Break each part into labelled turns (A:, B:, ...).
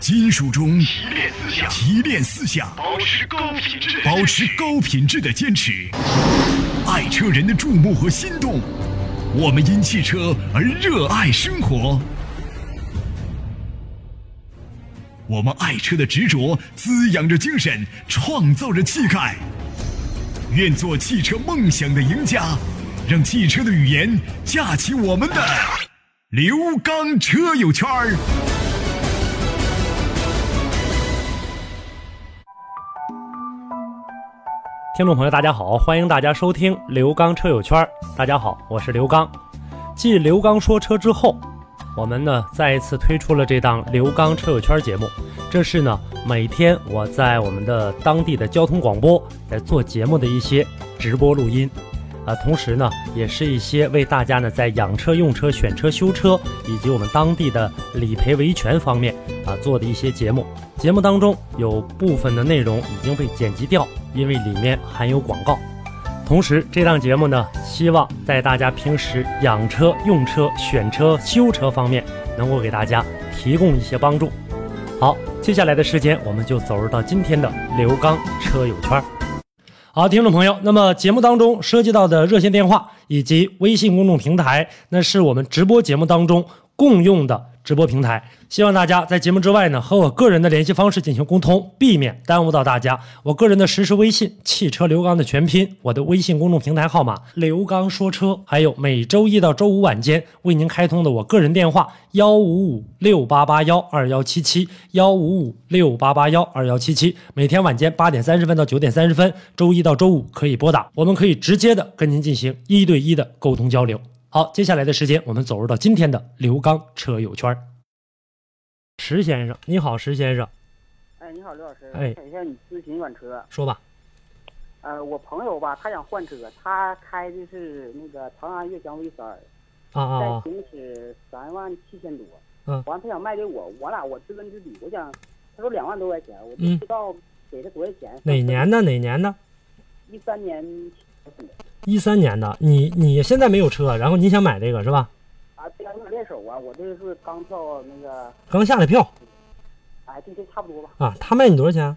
A: 金属中
B: 提炼思想，
A: 提炼思想，
B: 保持高品质的
A: 保持高品质的坚持，爱车人的注目和心动。我们因汽车而热爱生活，我们爱车的执着滋养着精神，创造着气概。愿做汽车梦想的赢家，让汽车的语言架起我们的刘刚车友圈儿。
C: 听众朋友，大家好，欢迎大家收听刘刚车友圈儿。大家好，我是刘刚。继刘刚说车之后，我们呢再一次推出了这档刘刚车友圈节目。这是呢每天我在我们的当地的交通广播在做节目的一些直播录音，啊，同时呢也是一些为大家呢在养车、用车、选车、修车以及我们当地的理赔维权方面啊做的一些节目。节目当中有部分的内容已经被剪辑掉，因为里面含有广告。同时，这档节目呢，希望在大家平时养车、用车、选车、修车方面，能够给大家提供一些帮助。好，接下来的时间，我们就走入到今天的刘刚车友圈儿。好，听众朋友，那么节目当中涉及到的热线电话以及微信公众平台，那是我们直播节目当中共用的直播平台。希望大家在节目之外呢，和我个人的联系方式进行沟通，避免耽误到大家。我个人的实时微信“汽车刘刚”的全拼，我的微信公众平台号码“刘刚说车”，还有每周一到周五晚间为您开通的我个人电话幺五五六八八幺二幺七七幺五五六八八幺二幺七七，每天晚间八点三十分到九点三十分，周一到周五可以拨打，我们可以直接的跟您进行一对一的沟通交流。好，接下来的时间我们走入到今天的刘刚车友圈儿。石先生，你好，石先生，
D: 哎，你好，刘老师，
C: 哎
D: 想向你咨询一款车。
C: 说吧。
D: 呃，我朋友吧，他想换车，他开的是那个长安悦翔 V 三，
C: 啊啊
D: 在
C: 啊！
D: 行驶三万七千多。
C: 嗯
D: 完，他想卖给我，我俩我知根知底，我想，他说两万多块钱，我就
C: 嗯
D: 不知道给他多少钱。
C: 哪年？的？哪年的？
D: 一三年。
C: 一三年的。你你现在没有车，然后你想买这个是吧？
D: 啊，这两有点练手啊，我这是刚票那个，
C: 刚下的票
D: 哎，这这差不多吧。
C: 啊，他卖你多少钱？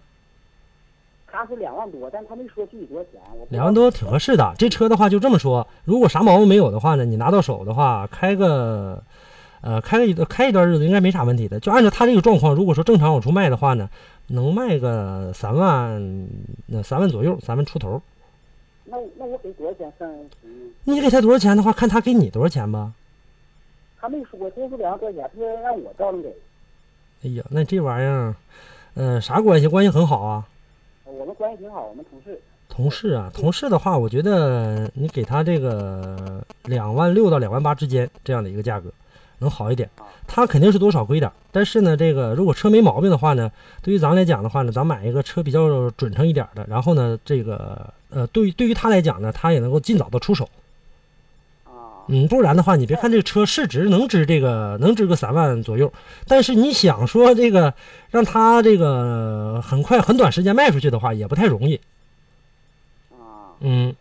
D: 他是两万多，但他没说具体多少钱。我不知道
C: 两万多挺合适的。这车的话就这么说，如果啥毛病没有的话呢，你拿到手的话，开个，呃，开个一段开一段日子应该没啥问题的。就按照他这个状况，如果说正常往出卖的话呢，能卖个三万，那三万左右，三万出头。
D: 那那我给多少钱算行？
C: 你给他多少钱的话，看他给你多少钱吧。
D: 他没说，他说两万多块钱，他说让我照着给。
C: 哎呀，那这玩意儿，呃，啥关系？关系很好啊，
D: 我们关系挺好，我们同事。
C: 同事啊，同事的话，我觉得你给他这个两万六到两万八之间这样的一个价格，能好一点。
D: 啊
C: 他肯定是多少归点儿，但是呢，这个如果车没毛病的话呢，对于咱来讲的话呢，咱买一个车比较准成一点儿的，然后呢，这个呃，对于对于他来讲呢，他也能够尽早的出手。
D: 啊，
C: 嗯，不然的话，你别看这个车市值能值这个能值个三万左右，但是你想说这个让他这个很快很短时间卖出去的话，也不太容易。
D: 啊，
C: 嗯，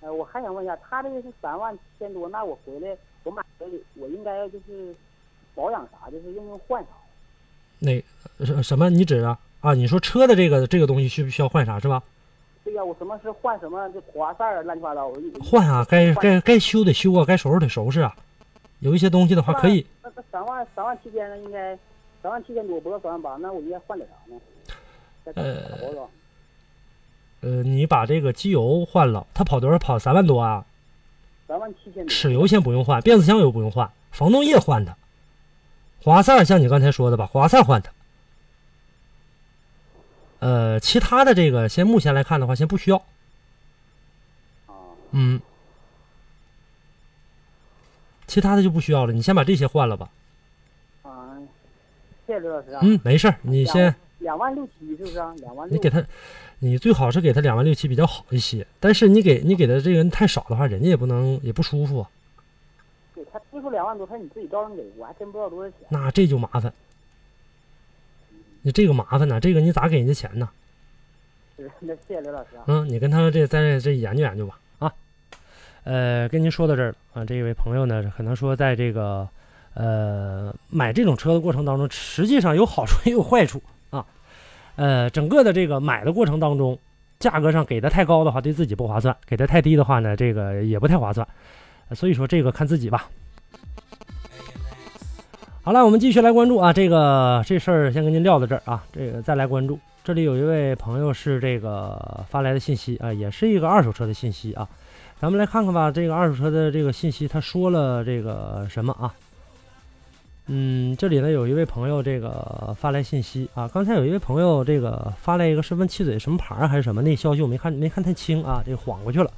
D: 呃，我还想问一下，他这个是三万七千多，那我回来我买这里，我应该就是保养啥，就是用不用换啥？
C: 那什什么？你指啊啊？你说车的这个这个东西需不需要换啥是吧？
D: 对呀、我什么是换什么，这划塞儿啊，乱七八糟，我一
C: 换啊，该该该修得修啊，该收拾得收拾啊。有一些东西的话可以，
D: 那那三万三万七千的应该三万七千多，不到三万八，那我应该换点啥呢？再搞保养
C: 呃，你把这个机油换了，它跑多少？跑三万多啊？
D: 三万七千多，
C: 齿油先不用换，变速箱油不用换，防冻液换的，华赛像你刚才说的吧，华赛换的。呃，其他的这个，先目前来看的话，先不需要。
D: 啊
C: 嗯，其他的就不需要了，你先把这些换了吧。
D: 啊，谢谢刘老师啊。
C: 嗯，没事儿，你
D: 两
C: 先，
D: 两万六七是不是啊？两万
C: 你
D: 六
C: 给他，你最好是给他两万六七比较好一些，但是你给你给他这个人太少的话，人家也不能也不舒服啊，
D: 对他最说两万多，他说你自己照着给，我还真不知道多少钱。
C: 那这就麻烦。你这个麻烦呐，这个你咋给人家钱呢？
D: 是那谢谢刘老师啊。
C: 嗯，你跟他这再这研究研究吧。啊，呃，跟您说到这儿了啊，这位朋友呢，可能说在这个
E: 呃，买这种车的过程当中，实际上有好处也有坏处啊。呃，整个的这个买的过程当中，价格上给的太高的话，对自己不划算；给的太低的话呢，这个也不太划算。呃所以说这个看自己吧。好了，我们继续来关注啊，这个这事儿先跟您撂到这儿啊，这个再来关注。这里有一位朋友是这个发来的信息啊，也是一个二手车的信息啊，咱们来看看吧，这个二手车的这个信息他说了这个什么啊？嗯，这里呢有一位朋友这个发来信息啊，刚才有一位朋友这个发来一个是问汽水什么牌儿还是什么那消息我没看没看太清啊，这晃过去了，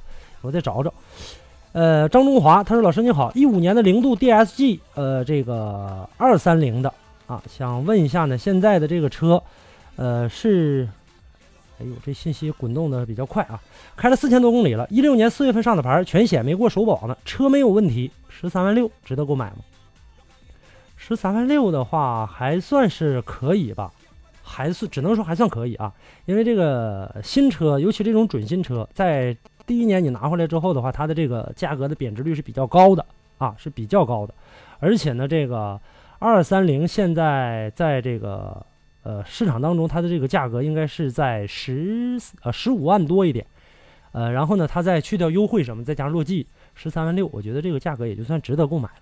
E: 我再找找。呃，张中华他说：“老师你好，一五年的零度 DSG，呃，这个二三零的啊，想问一下呢，现在的这个车，呃是，哎呦，这信息滚动的比较快啊，开了四千多公里了，一六年四月份上的牌儿，全险没过首保呢，车没有问题，十三万六值得购买吗？”十三万六的话，还算是可以吧，还算只能说还算可以啊。因为这个新车，尤其这种准新车，在第一年你拿回来之后的话，它的这个价格的贬值率是比较高的啊，是比较高的。而且呢，这个二三零现在在这个呃市场当中，它的这个价格应该是在十呃十五万多一点，呃，然后呢，它再去掉优惠什么，再加上落地十三万六，我觉得这个价格也就算值得购买了。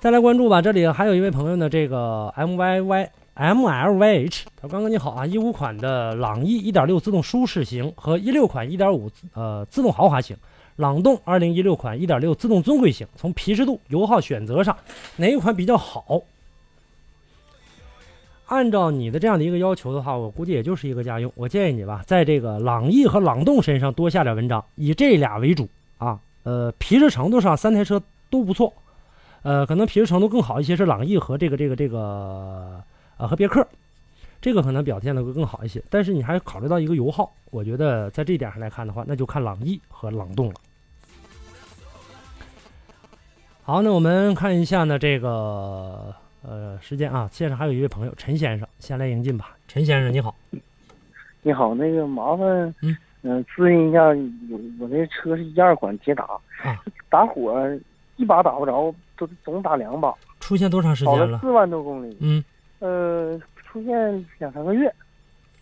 E: 再来关注吧，这里还有一位朋友呢，这个 M Y Y M L Y H，他说刚刚你好啊，一五款的朗逸1.6自动舒适型和一六款1.5呃自动豪华型，朗动2016款1.6自动尊贵型，从皮实度、油耗选择上，哪一款比较好？按照你的这样的一个要求的话，我估计也就是一个家用。我建议你吧，在这个朗逸和朗动身上多下点文章，以这俩为主啊。呃，皮实程度上，三台车都不错。呃，可能皮实程度更好一些是朗逸和这个这个这个呃和别克，这个可能表现的会更好一些。但是你还考虑到一个油耗，我觉得在这一点上来看的话，那就看朗逸和朗动了。好，那我们看一下呢这个呃时间啊，线上还有一位朋友陈先生，先来迎进吧。陈先生你好，
D: 你好，那个麻烦，
E: 嗯
D: 嗯、咨询一下，有我那车是一二款捷达，
E: 啊
D: 打火一把打不着，都总打两把，
E: 出现多长时
D: 跑
E: 间
D: 了
E: 了？
D: 四万多公里，
E: 嗯，
D: 呃，出现两三个月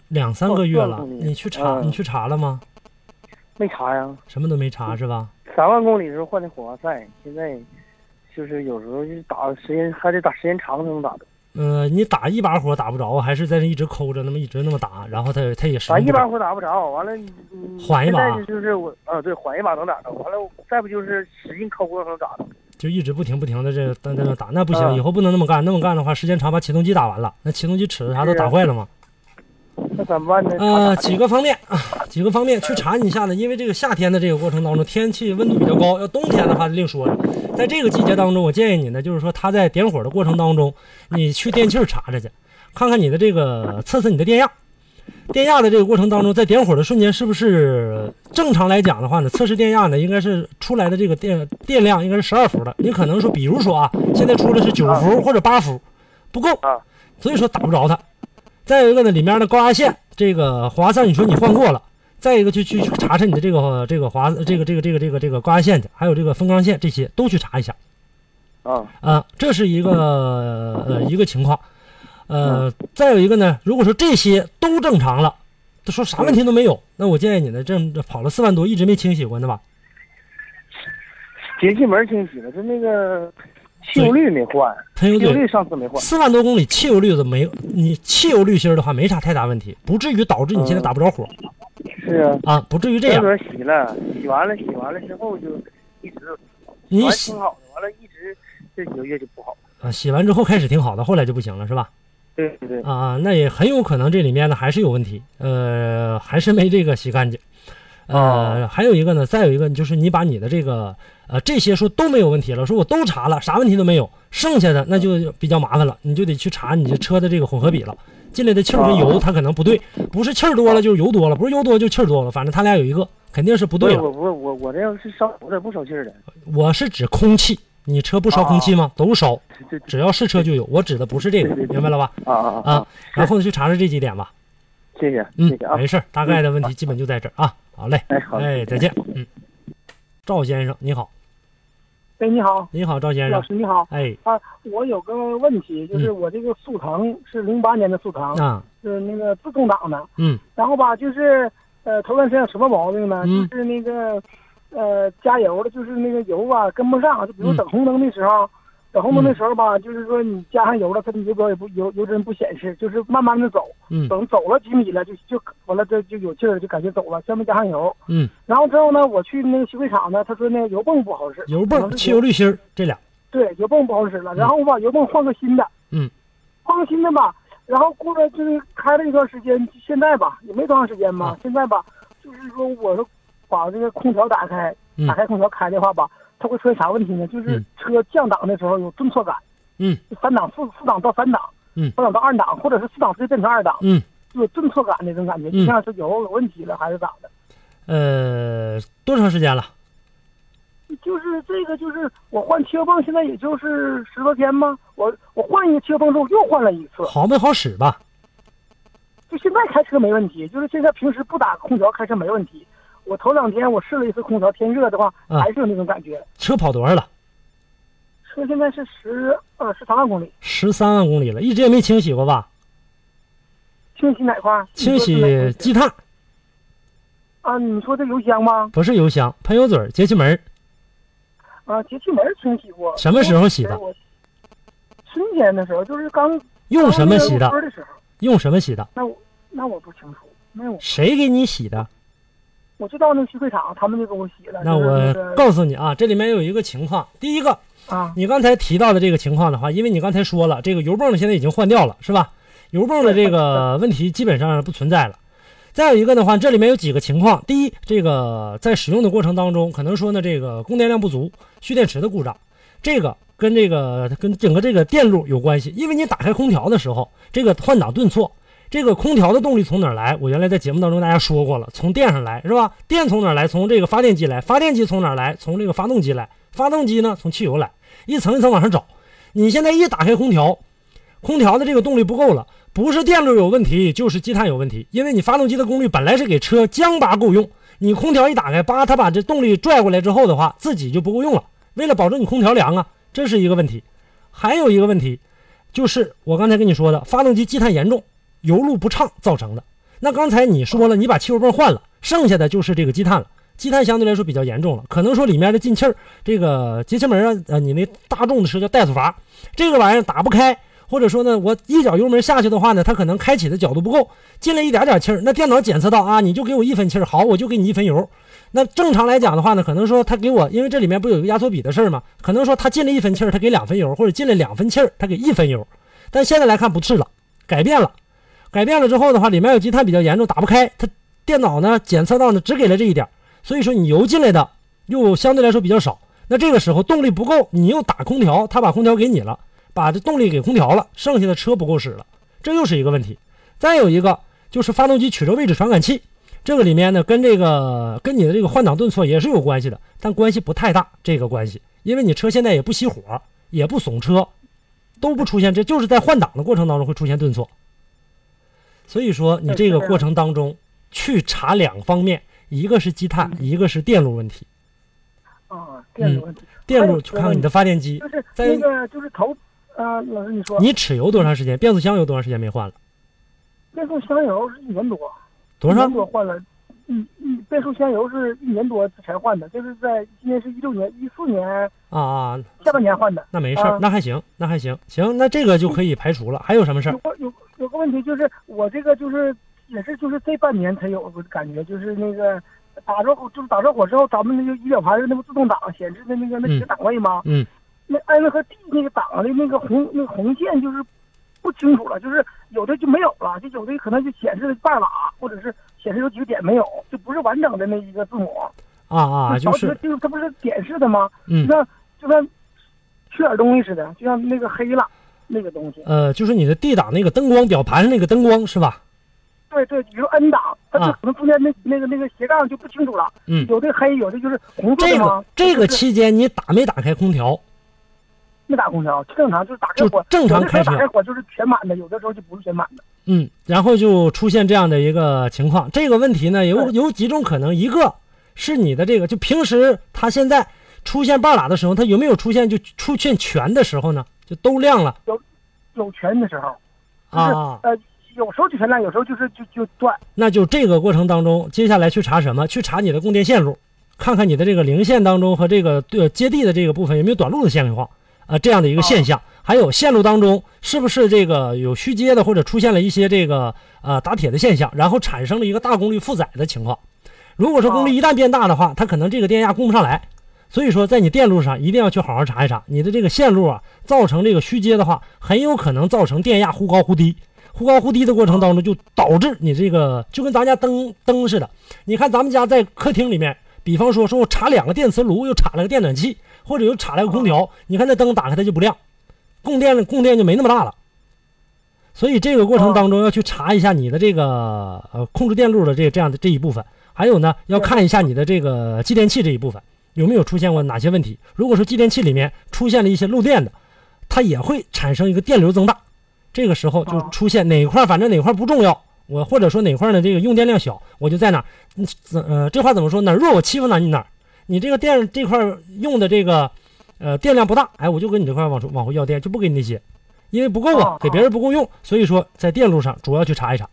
E: 两三个月了，
D: 嗯
E: 你去查你去查了吗？
D: 没查呀，
E: 什么都没查是吧？
D: 三万公里的时候换的火花塞，现在就是有时候就是打时间还得打时间长才能打的，
E: 呃，你打一把火打不着，啊还是在那一直抠着，那么一直那么打，然后他他也是
D: 打一把火打不着，完了，嗯
E: 缓一把
D: 现在就是我啊，对，缓一把能打着，完了再不就是使劲抠抠能打着，
E: 就一直不停不停的这个在在那打，那不行，
D: 嗯
E: 以后不能那么干，那么干的话，时间长把启动机打完了，那启动机齿子啥都
D: 是啊
E: 打坏了嘛。
D: 那怎么办呢？
E: 呃，几个方面啊，几个方面去查你一下呢，因为这个夏天的这个过程当中，天气温度比较高，要冬天的话另说了。在这个季节当中，我建议你呢，就是说它在点火的过程当中，你去电器儿查查去，看看你的这个测测你的电压。电压的这个过程当中，在点火的瞬间，是不是正常来讲的话呢？测试电压呢，应该是出来的这个电电量应该是十二伏的。你可能说，比如说啊，现在出的是九伏或者八伏，不够
D: 啊，
E: 所以说打不着它。再有一个呢，里面的高压线，这个火花塞你说你换过了，再一个去去去查查你的这个这个滑这个这个这个这个这个高压线去，还有这个风缸线这些都去查一下
D: 啊，
E: 啊，这是一个呃一个情况，呃，再有一个呢，如果说这些都正常了，都说啥问题都没有，那我建议你呢，这这跑了四万多一直没清洗过呢吧？
D: 节气门清洗了，就那个汽油滤没换，
E: 喷油
D: 汽油
E: 嘴
D: 滤上次没换。
E: 四万多公里汽油滤子没有，你汽油滤芯儿的话没啥太大问题，不至于导致你现在打不着火
D: 是啊，
E: 啊，不至于这
D: 前
E: 样。
D: 轮洗了，洗完了，洗完了之后就一直
E: 你
D: 完
E: 洗
D: 挺好的，完了一直这几个月就不好。
E: 啊洗完之后开始挺好的，后来就不行了是吧？
D: 对对对，
E: 啊啊，那也很有可能这里面呢还是有问题，呃，还是没这个洗干净。呃，还有一个呢，再有一个就是你把你的这个呃这些说都没有问题了，说我都查了，啥问题都没有，剩下的那就比较麻烦了，你就得去查你这车的这个混合比了，进来的气儿跟油它可能不对，不是气儿多了就是油多了，不是油多就气儿多了，反正它俩有一个肯定是不对
D: 我
E: 了。
D: 我我我这要是烧火的不烧气儿的，
E: 我是指空气，你车不烧空气吗？都烧，
D: 这这
E: 只要是车就有，我指的不是这个，明白了吧？
D: 啊啊啊
E: 啊，然后去查查这几点吧。
D: 谢谢
E: 嗯
D: 谢谢，啊
E: 没，事儿，大概的问题基本就在这儿啊。好嘞，
D: 哎好嘞
E: 哎，再见，嗯。赵先生，你好，
D: 哎，你好，
E: 您好，赵先
D: 老
E: 生。
D: 师你好
E: 哎，嗯
D: 啊，我有个问题，就是我这个速腾是零八年的速腾，
E: 啊，
D: 是那个自动挡的，
E: 嗯
D: 然后吧，就是呃，头段时间有什么毛病呢？
E: 嗯
D: 就是那个呃，加油的，就是那个油吧跟不上，就比如
E: 嗯
D: 等红灯的时候，等红灯的时候吧，就是说你加上油了，它的油表也不油油针不显示，就是慢慢的走，
E: 嗯
D: 等走了几米了，就就完了，这就有气儿了，就感觉走了，下面加上油。
E: 嗯，
D: 然后之后呢，我去那个修配厂呢，他说那个油泵不好使，
E: 油
D: 可
E: 泵、
D: 能是
E: 汽油滤芯儿这俩。
D: 对，油泵不好使了。然后我把油泵换个新的，
E: 嗯，
D: 换个新的吧。然后过了就是开了一段时间，现在吧也没多长时间吧，
E: 啊
D: 现在吧就是说我是把这个空调打开，
E: 嗯
D: 打开空调开的话吧，它会出现啥问题呢？就是
E: 嗯
D: 车降档的时候有顿挫感，
E: 嗯，
D: 三档四四档到三档，
E: 嗯
D: 三档到二档，或者是四档直接变成二档，
E: 嗯，
D: 就有顿挫感那种感觉，就
E: 嗯
D: 像是油有问题了还是咋的？
E: 呃，多长时间了？
D: 就是这个，就是我换汽油泵，现在也就是十多天吗？我我换一个汽油泵之后又换了一次，
E: 好没好使吧？
D: 就现在开车没问题，就是现在平时不打空调开车没问题。我头两天我试了一次空调，天热的话
E: 嗯
D: 还是有那种感觉。
E: 车跑多少了？
D: 车现在是十呃十三万公里，
E: 十三万公里了，一直也没清洗过吧？
D: 清洗哪块儿？
E: 清
D: 你说是哪
E: 洗
D: 块
E: 积碳，
D: 儿啊？你说这油箱吗？
E: 不是油箱、喷油嘴儿、节气门儿，
D: 啊，节气门儿清洗过。哎
E: 什么时候洗的？
D: 我春天的时候，就是刚
E: 用什么洗
D: 刚
E: 的
D: 入？村的时候，
E: 用什么洗的？
D: 那我那我不清楚，那我
E: 谁给你洗的？
D: 我就到那个修配厂，他们就给我洗了。
E: 那
D: 就是
E: 我
D: 个
E: 告诉你啊，这里面有一个情况，第一个，
D: 啊，
E: 你刚才提到的这个情况的话，因为你刚才说了，这个油泵呢现在已经换掉了，是吧？油泵的这个问题基本上不存在了。再有一个的话，这里面有几个情况：第一，这个在使用的过程当中，可能说呢这个供电量不足、蓄电池的故障，这个跟这个跟整个这个电路有关系，因为你打开空调的时候，这个换挡顿挫。这个空调的动力从哪儿来？我原来在节目当中大家说过了，从电上来是吧？电从哪儿来？从这个发电机来。发电机从哪儿来？从这个发动机来。发动机呢，从汽油来。一层一层往上找。你现在一打开空调，空调的这个动力不够了，不是电路有问题，就是积碳有问题。因为你发动机的功率本来是给车将拔够用，你空调一打开，叭，它把这动力拽过来之后的话，自己就不够用了。为了保证你空调凉啊，这是一个问题。还有一个问题，就是我刚才跟你说的，发动机积碳严重，油路不畅造成的。那刚才你说了，你把汽油泵换了，剩下的就是这个积碳了。积碳相对来说比较严重了，可能说里面的进气儿，这个节气门啊，呃，你那大众的车叫怠速阀，这个玩意儿打不开，或者说呢，我一脚油门下去的话呢，它可能开启的角度不够，进来一点点气儿，那电脑检测到啊，你就给我一分气儿，好，我就给你一分油。那正常来讲的话呢，可能说他给我，因为这里面不有一个压缩比的事儿嘛，可能说他进了一分气儿，他给两分油，或者进了两分气儿，他给一分油。但现在来看不是了，改变了，改变了之后的话，里面有积碳比较严重，打不开，它电脑呢检测到呢只给了这一点儿，所以说你油进来的又相对来说比较少。那这个时候动力不够，你又打空调，他把空调给你了，把这动力给空调了，剩下的车不够使了，这又是一个问题。再有一个就是发动机曲轴位置传感器，这个里面呢跟这个跟你的这个换挡顿挫也是有关系的，但关系不太大，这个关系，因为你车现在也不熄火，也不耸车，都不出现，这就是在换挡的过程当中会出现顿挫。所以说你这个过程当中去查两方面，一个是积碳，
D: 嗯
E: 一个是电路问题。
D: 啊，电路问题，
E: 电路去看看你的发电机
D: 就，是
E: 嗯在
D: 那个就是头，呃，老师你说，
E: 你齿油多长时间？变速箱油多长时间没换了？
D: 变速箱油是一年多，
E: 多
D: 一
E: 少
D: 年？多换了，一一变速箱油是一年多才换的，就是在今年是一六年、一四年
E: 啊啊，
D: 下半年换的。
E: 那没事儿
D: 啊，
E: 那还行，那还行，行，那这个就可以排除了。还有什么事
D: 有
E: 儿？
D: 个有有个问题就是我这个就是也是就是这半年才有个感觉，就是那个打着火就是打着火之后，咱们那个仪表盘那不自动挡显示的那个那几个档位吗？
E: 嗯嗯
D: 那 N 和 D 那个档的那个红那个红线就是不清楚了，就是有的就没有了，就有的可能就显示了半拉，或者是显示有几个点没有，就不是完整的那一个字母嗯
E: 啊啊，就
D: 少几个
E: 是
D: 就是它不是点式的吗？
E: 嗯
D: 就像就像缺点东西似的，就像那个黑了那个东西。
E: 呃，就是你的 D 档那个灯光，表盘上那个灯光是吧？
D: 对对，比如 N 档，它就
E: 啊
D: 可能中间那那个那个斜杠就不清楚了，
E: 嗯
D: 有的黑，有的就是红色
E: 这
D: 的
E: 个
D: 吗？
E: 这个
D: 就是
E: 期间你打没打开空调？
D: 没打空调，正常就是打开火
E: 就，正常
D: 有的时候
E: 开车
D: 打开火就是全满的，有的时候就不是全满的。
E: 嗯，然后就出现这样的一个情况。这个问题呢，有有几种可能，一个是你的这个，就平时它现在出现半拉的时候，它有没有出现就出现全的时候呢？就都亮了
F: 有权的时候，就是
E: 啊？
F: 呃，有时候就全亮，有时候就是就就断。
E: 那就这个过程当中，接下来去查什么？去查你的供电线路，看看你的这个零线当中和这个对接地的这个部分有没有短路的线况啊、这样的一个现象。还有线路当中是不是这个有虚接的，或者出现了一些这个呃打铁的现象，然后产生了一个大功率负载的情况。如果说功率一旦变大的话，它可能这个电压供不上来，所以说在你电路上一定要去好好查一查你的这个线路啊，造成这个虚接的话，很有可能造成电压忽高忽低，忽高忽低的过程当中就导致你这个就跟咱家灯灯似的，你看咱们家在客厅里面，比方说说我插两个电磁炉，又插了个电暖气，或者又插了个空调，你看那灯打开它就不亮，供电供电就没那么大了。所以这个过程当中要去查一下你的这个呃控制电路的这这样的这一部分，还有呢要看一下你的这个呃继电器这一部分有没有出现过哪些问题。如果说继电器里面出现了一些漏电的，它也会产生一个电流增大，这个时
F: 哦
E: 候就出现哪块儿反正哪块儿不重要，我或者说哪块儿呢这个用电量小，我就在哪儿，嗯怎呃这话怎么说哪儿弱我欺负哪儿你哪儿，你这个电这块儿用的这个呃电量不大，哎我就跟你这块儿往出往回要电，就不给你那些。因为不够啊
F: 哦，
E: 给别人不够用，所以说在电路上主要去查一查。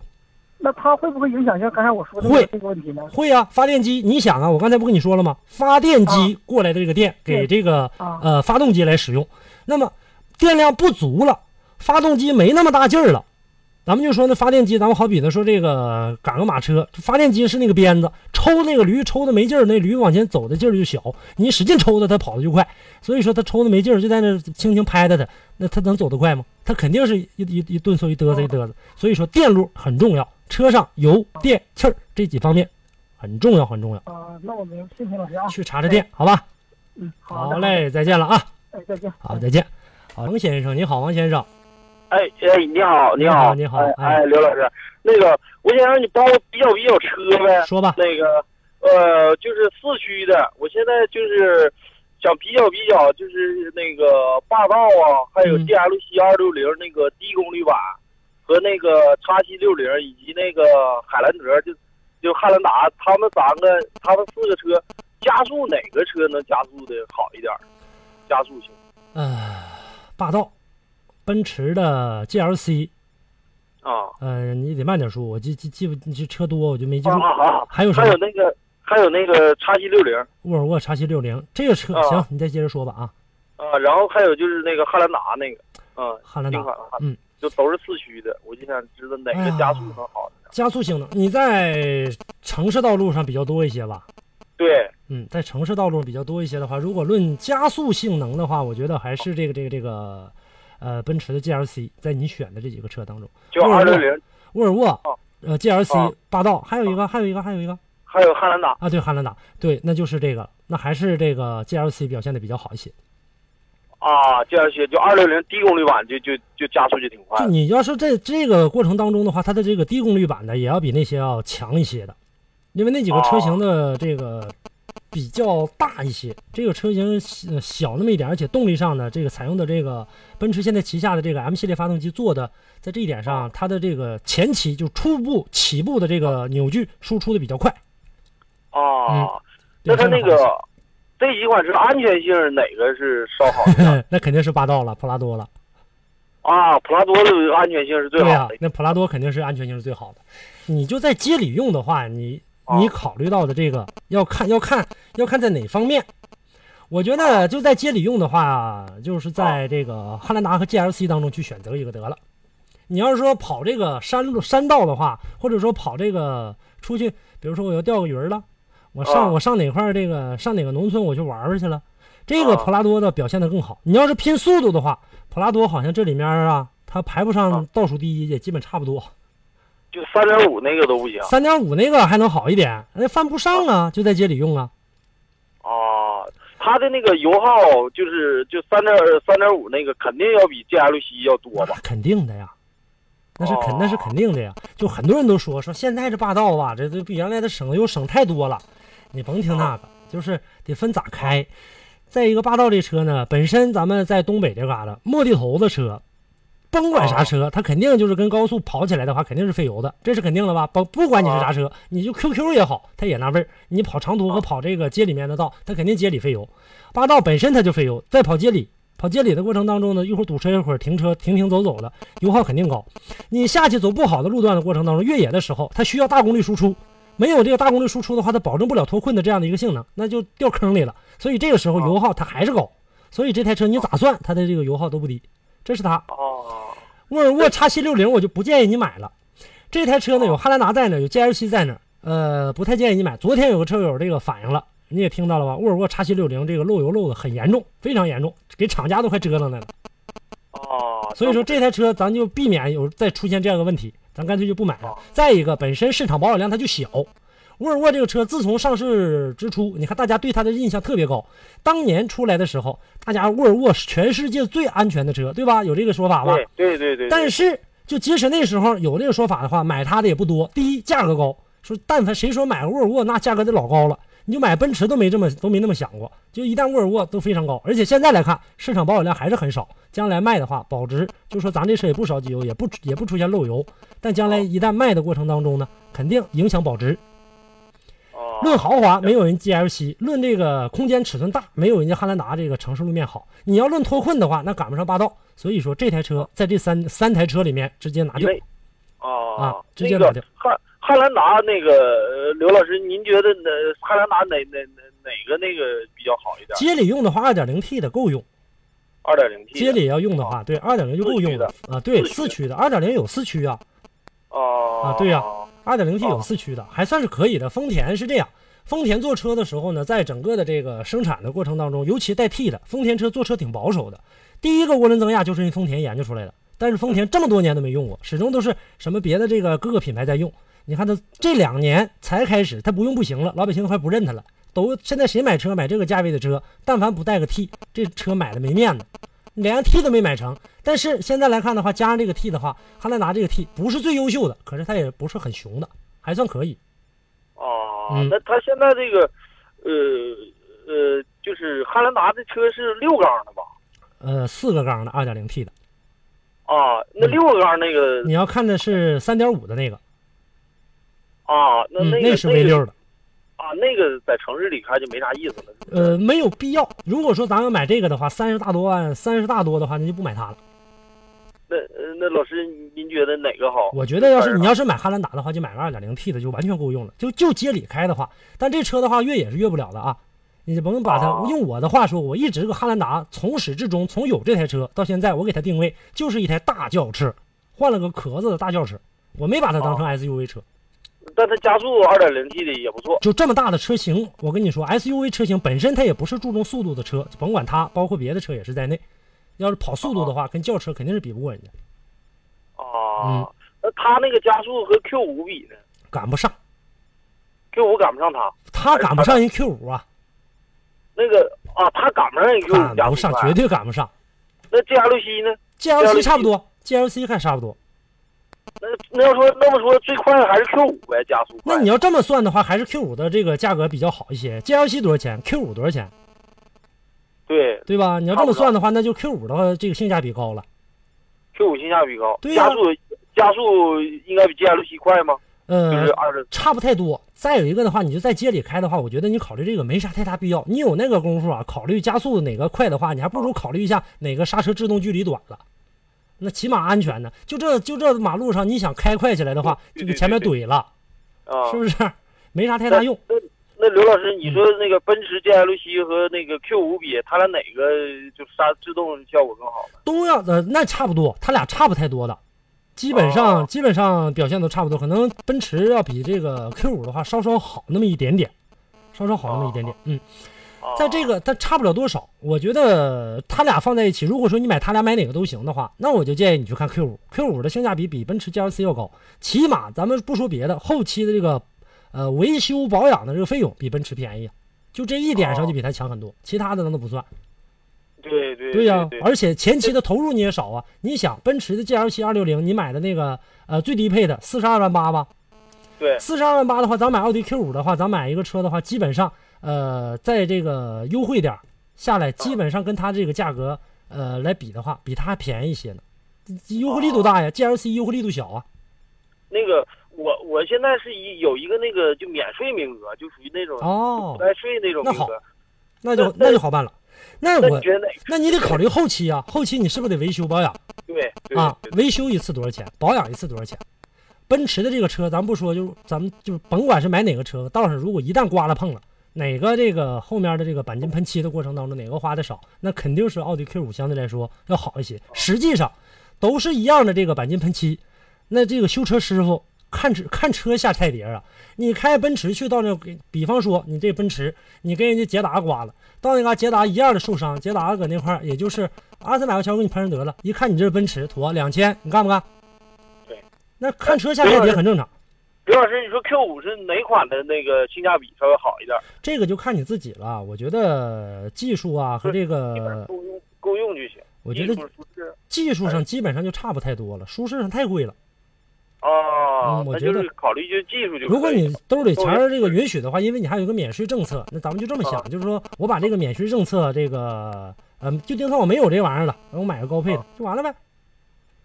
F: 那它会不会影响像刚才我说的
E: 会
F: 这个问题呢？
E: 会啊，发电机，你想啊，我刚才不跟你说了吗？发电机过来的这个电给这个
F: 啊
E: 呃发动机来使用，那么电量不足了，发动机没那么大劲儿了。咱们就说那发电机，咱们好比的说这个赶个马车，发电机是那个鞭子，抽那个驴抽的没劲儿，那驴往前走的劲儿就小，你使劲抽它，它跑的就快。所以说它抽的没劲儿，就在那轻轻拍它的，那它能走得快吗？它肯定是一一一顿搓一嘚瑟一嘚瑟。所以说电路很重要，车上油、电、气儿这几方面很重要很重要。
F: 啊，那我明白，谢谢老师啊。
E: 去查查电，好吧？
F: 嗯，好的
E: 好，嘞，再见了啊！
F: 好的哎，再见。
E: 好，再见。好，王先生，你好，王先生。
D: 哎哎，你好，你好，
E: 你好你好
D: 哎
E: 哎
D: 哎，刘老师，那个，我想让你帮我比较比较车呗。
E: 说吧
D: 那个，呃，就是四驱的，我现在就是想比较比较，就是那个霸道啊，还有
E: 嗯
D: DLC 二六零那个低功率版，和那个叉七六零以及那个海兰德，就就汉兰达，他们三个，他们四个车，加速哪个车能加速的好一点儿？加速性
E: 呃，霸道，奔驰的 GLC，
D: 啊。
E: 呃，你得慢点说，我记记记不，你这车多，我就没记
D: 啊
E: 住。
D: 啊啊！
E: 还有什
D: 还
E: 么
D: 有？那个，还有那个叉七六零
E: 沃尔沃 x 七六零这个车，
D: 啊
E: 行，你再接着说吧啊。
D: 啊，然后还有就是那个汉兰达那个，嗯，
E: 汉兰达
D: 新款汉
E: 嗯，哎
D: 就都是四驱的，我就想知道哪个加速能好一点。
E: 加速性能，你在城市道路上比较多一些吧？
D: 对，
E: 嗯，在城市道路比较多一些的话，如果论加速性能的话，我觉得还是这个这个这个，呃，奔驰的 GLC 在你选的这几个车当中，
D: 就
E: 沃
D: 二
E: 尔沃
D: 六零，
E: 沃尔沃
D: 哦，
E: 呃，GLC
D: 哦
E: 霸道，还有一个还有一个还有一个
D: 还有汉兰达。
E: 啊，对，汉兰达，对，那就是这个，那还是这个 GLC 表现的比较好一些。
D: 啊，这样些就二六零低功率版就就就加速就挺快
E: 就
D: 的
E: 你要是在这个过程当中的话，它的这个低功率版的也要比那些要强一些的，因为那几个车型的这个比较大一些，这个车型小小那么一点，而且动力上呢，这个采用的这个奔驰现在旗下的这个 M 系列发动机做的，在这一点上，它的这个前期就初步起步的这个扭矩输出的比较快。
D: 啊
E: 嗯。
D: 那它那
E: 表现得好一些
D: 个这几款车安全性哪个是稍好一 点
E: 啊那肯定是霸道了，普拉多了。
D: 啊？普拉多的安全性是最
E: 对
D: 好
E: 啊
D: 的，
E: 那普拉多肯定是安全性是最好的。你就在街里用的话，你你
D: 啊
E: 考虑到的这个要看要看要看在哪方面。我觉得就在街里用的话，就是
D: 啊
E: 在这个汉兰达和 GLC 当中去选择一个得了。你要是说跑这个山路山道的话，或者说跑这个出去，比如说我要钓个鱼儿了，我上
D: 啊
E: 我上哪块儿这个上哪个农村我去玩玩去了，这个
D: 啊
E: 普拉多的表现的更好。你要是拼速度的话，普拉多好像这里面啊，它排不上
D: 啊
E: 倒数第一，也基本差不多。
D: 就三点五那个都不行
E: 三点五那个还能好一点，那犯不上啊，就在街里用啊。
D: 啊。它的那个油耗就是就三点三点五那个肯定要比 GLC 要多吧？
E: 肯定的呀，那是肯
D: 哦
E: 那是肯定的呀。就很多人都说说现在这霸道啊，这这比原来的省油省太多了。你甭听那个，
D: 啊
E: 就是得分咋开。再一个，霸道这车呢，本身咱们在东北这嘎达，末地头子车，不甭管啥车，它肯定就是跟高速跑起来的话，肯定是费油的，这是肯定的吧？不不管你是啥车，你就 QQ 也好，它也那味儿。你跑长途和跑这个街里面的道，它肯定街里费油。八道本身它就费油，再跑街里，跑街里的过程当中呢，一会儿堵车，一会儿停车，停停走走的，油耗肯定高。你下去走不好的路段的过程当中，越野的时候，它需要大功率输出，没有这个大功率输出的话，它保证不了脱困的这样的一个性能，那就掉坑里了。所以这个时候油耗它还是高，所以这台车你咋算它的这个油耗都不低，这是它。
D: 哦，
E: 沃尔沃 x 七六零我就不建议你买了。这台车呢有汉兰达在那儿，有 GL7 在那儿，呃，不太建议你买。昨天有个车友这个反映了，你也听到了吧？沃尔沃 x 七六零这个漏油漏的很严重，非常严重，给厂家都快折腾来了。
D: 哦，
E: 所以说这台车咱就避免有再出现这样的问题，咱干脆就不买了。再一个，本身市场保有量它就小，沃尔沃这个车自从上市之初，你看大家对它的印象特别高。当年出来的时候，大家沃尔沃是全世界最安全的车，对吧？有这个说法吧？
D: 对对对对，
E: 啊但是就即使那时候有这个说法的话，买它的也不多。第一，价格高，说但凡谁说买沃尔沃，那价格得老高了。你就买奔驰都没这么都没那么想过，就一旦沃尔沃都非常高，而且现在来看市场保有量还是很少，将来卖的话保值，就说咱这车也不烧机油，也不也不出现漏油，但将来一旦卖的过程当中呢，肯定影响保值。
D: 哦
E: 论豪华，没有人 GL 七；论这个空间尺寸大，没有人家汉兰达这个城市路面好。你要论脱困的话，那赶不上霸道。所以说这台车在这三三台车里面直接拿
D: 因
E: 掉。
D: 为哦
E: 啊，直接
D: 那
E: 拿
D: 个
E: 掉
D: 汉汉兰达那个呃刘老师，您觉得哪汉兰达哪哪哪哪个那个比较好一点？
E: 街里用的话，二点零 T 的够用。
D: 二点零 T
E: 街里要用的话，对，二点零就够用了啊。对，
D: 啊四驱的
E: 四驱的，二点零有四驱啊，
D: 哦
E: 啊对呀二点零 T
D: 哦
E: 有四驱的，还算是可以的。丰田是这样，丰田做车的时候呢，在整个的这个生产的过程当中，尤其带 T 的，丰田车做车挺保守的。第一个涡轮增压就是人丰田研究出来的，但是丰田这么多年都没用过，始终都是什么别的这个各个品牌在用。你看它这两年才开始，它不用不行了，老百姓都快不认它了。都现在谁买车买这个价位的车，但凡不带个 T，这车买的没面子。连个 T 都没买成。但是现在来看的话，加上这个 T 的话，汉兰达这个 T 不是最优秀的，可是它也不是很熊的，还算可以。
D: 哦
E: 嗯，
D: 那他现在这个呃呃，就是汉兰达的车是六缸的吧？
E: 呃，四个缸的 2.0T 的，
D: 啊，那
E: 嗯
D: 六缸那个
E: 你要看的是3.5的那个，
D: 啊，那
E: 嗯，
D: 那
E: 那
D: 个
E: 是 V
D: 那个
E: 6的。
D: 啊，那个在城市里开就没啥意思了。是不是
E: 呃，没有必要。如果说咱要买这个的话，三十大多万，三十大多的话，那就不买它了。
D: 那呃那老师您您觉得哪个好？
E: 我觉得要是你要是买汉兰达的话，就买个 2.0T 的，就完全够用了，就就街里开的话，但这车的话越野是越不了的啊。你就甭把它
D: 哦
E: 用我的话说，我一直这个汉兰达从始至终，从有这台车到现在，我给它定位就是一台大轿车，换了个壳子的大轿车，我没把它当成 SUV 车。
D: 但它加速二点零 T 的也不错。
E: 就这么大的车型，我跟你说，SUV 车型本身它也不是注重速度的车，甭管它，包括别的车也是在内。要是跑速度的话，跟轿车肯定是比不过人家，嗯
D: 啊，那它那个加速和 Q 五比呢
E: 赶不上，
D: ？Q 五赶不上它，
E: 哎它赶不上人 Q 5啊，
D: 那个啊，它赶不上人 Q
E: 赶
D: 五加
E: 不
D: 速
E: 上，
D: 快
E: 绝对赶不上。
D: 那 G L 七呢？
E: GLC 差不多，GLC 还差不多。
D: 那那要说那么说最快的还是 Q 五呗，加速快。
E: 那你要这么算的话，还是 Q 5的这个价格比较好一些。GLC 多少钱？Q 5多少钱？
D: 对
E: 对吧？你要
D: 差
E: 这
D: 不多
E: 么算的话，那就 Q 5的话，这个性价比高了。
D: Q 五性价比高，
E: 对呀
D: 加速加速应该比 G L 七快吗？就
E: 呃
D: 是，二十
E: 差不太多。再有一个的话，你就在街里开的话，我觉得你考虑这个没啥太大必要。你有那个功夫啊，考虑加速哪个快的话，你还不如考虑一下哪个刹车制动距离短了，那起码安全呢。就这就这马路上，你想开快起来的话，
D: 对
E: 就
D: 对
E: 给前面
D: 对
E: 怼了，
D: 啊
E: 是。不是？嗯没啥太大用。
D: 那那刘老师，你说那个奔驰 GL 七和那个 Q 五比，它俩哪个就刹制动效果更好呢？
E: 都要呃，那差不多，他俩差不太多的，基本上、
D: 哦
E: 基本上表现都差不多，可能奔驰要比这个 Q 五的话稍稍好那么一点点，稍稍好那么一点点，嗯，
D: 啊，
E: 在这个它差不了多少，我觉得他俩放在一起，如果说你买他俩买哪个都行的话，那我就建议你去看 Q 五，Q 五的性价比比奔驰 GLC 要高，起码咱们不说别的，后期的这个呃维修保养的这个费用比奔驰便宜，就这一点上就比它强很多，其他的咱都不算。
D: 对对
E: 对呀、
D: 对
E: 而且前期的投入你也少啊。你想，奔驰的 GL 七二六零，你买的那个呃最低配的四十二万八吧，
D: 对
E: 四十二万八的话，咱买奥迪 Q 五的话，咱买一个车的话，基本上呃在这个优惠点儿下来，基本上跟它这个价格呃来比的话，比它还便宜一些呢。优惠力度
D: 哦
E: 大呀，GLC 优惠力度小啊。
D: 那个我我现在是一有一个那个就免税名额，就属于那种
E: 哦
D: 不带税那种
E: 那
D: 名
E: 好
D: 额。
E: 那就
D: 那
E: 那就好办了。那
D: 那
E: 我
D: 你觉得哪个？
E: 那你得考虑后期啊，后期你是不是得维修保养
D: 对对
E: 啊？
D: 对
E: 维修一次多少钱？保养一次多少钱？奔驰的这个车，咱不说，就是咱们就是甭管是买哪个车，道上如果一旦刮了碰了，哪个这个后面的这个钣金喷漆的过程当中，哪个花的少，那肯定是奥迪 Q 五相对来说要好一些。实际上，都是一样的这个钣金喷漆，那这个修车师傅看车看车下菜碟儿啊，你开奔驰去到那，比方说你这奔驰，你跟人家捷达刮了，到那嘎捷达一样的受伤，捷达搁那块儿也就是二三百块钱我给你拍上得了，一看你这是奔驰，妥两千，你干不干？
D: 对，
E: 那看车下菜碟很正常，
D: 刘老师，你说 Q 五是哪款的那个性价比稍微好一点？
E: 这个就看你自己了。我觉得技术啊和这
D: 基本上
E: 个，
D: 够用够用就行。
E: 我觉得
D: 技术舒适
E: 技术上基本上就差不太多了，舒适上太贵了。
D: 啊
E: 嗯，我
D: 那
E: 觉
D: 就
E: 得
D: 是考虑就技术就可以了。
E: 如果你兜里钱儿这个允许的话，因为你还有一个免税政策，那咱们就这么想
D: 啊，
E: 就是说我把这个免税政策这个，嗯，就定算我没有这玩意儿了，然后我买个高配的
D: 啊
E: 就完了呗，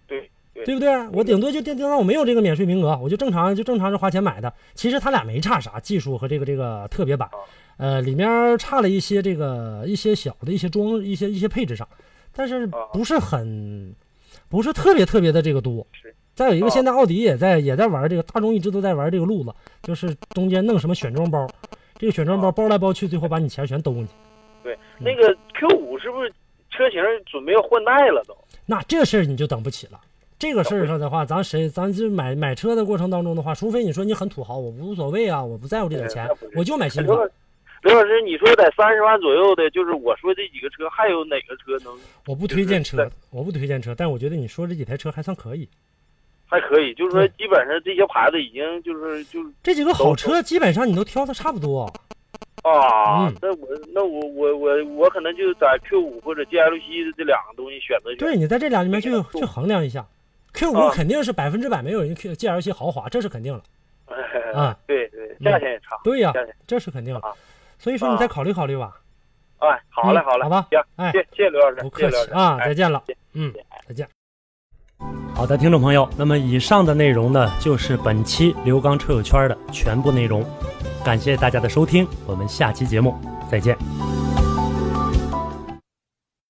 D: 对对
E: 对不对？我顶多就定定算我没有这个免税名额，我就正常就正常是花钱买的。其实它俩没差啥，技术和这个这个特别版，
D: 啊
E: 呃，里面差了一些这个一些小的一些装一些一些配置上，但是
D: 啊
E: 不是很，不是特别特别的这个多。再有一个，
D: 哦
E: 现在奥迪也在也在玩这个，大众一直都在玩这个路子，就是中间弄什么选装包，这个选装包
D: 啊
E: 包来包去，最后把你钱全兜进去。
D: 对那个 Q 五是不是车型准备要换代了都？
E: 那这事儿你就等不起了。这个事儿上的话，咱谁咱就买买车的过程当中的话，除非你说你很土豪，我无所谓啊，我不在乎这点钱
D: 哎对那不，是
E: 我就买新
D: 刘
E: 款
D: 老。刘老师，你说在三十万左右的，就是我说这几个车，还有哪个车能
E: 我不推荐车
D: 对，
E: 我不推荐车，但我觉得你说这几台车还算可以。
D: 还可以？就是说
E: 对，
D: 基本上这些牌子已经就是就是
E: 这几个
D: 都
E: 好
D: 都
E: 车基本上你都挑的差不多。
D: 啊
E: 嗯，
D: 那我那我我我我可能就在 Q 五或者 GLC 的这两个东西选择选。
E: 对，你在这俩里面去
D: 这个
E: 去衡量一下，Q 五
D: 啊
E: 肯定是百分之百没有人 Q G L C 豪华，这是肯定了。啊
D: 对对，价钱也差。
E: 对呀、
D: 价钱
E: 这是肯定了
D: 啊。
E: 所以说你再考虑考虑吧。
D: 哎，好嘞
E: 嗯
D: 好嘞，
E: 好吧
D: 行，
E: 哎
D: 谢谢谢刘老师，
E: 不
D: 谢谢
E: 客
D: 刘老
E: 气
D: 师
E: 啊，
D: 哎
E: 再见了
D: 谢。
E: 嗯
D: 谢谢，
E: 再见。好的，听众朋友，那么以上的内容呢，就是本期刘刚车友圈的全部内容，感谢大家的收听，我们下期节目再见。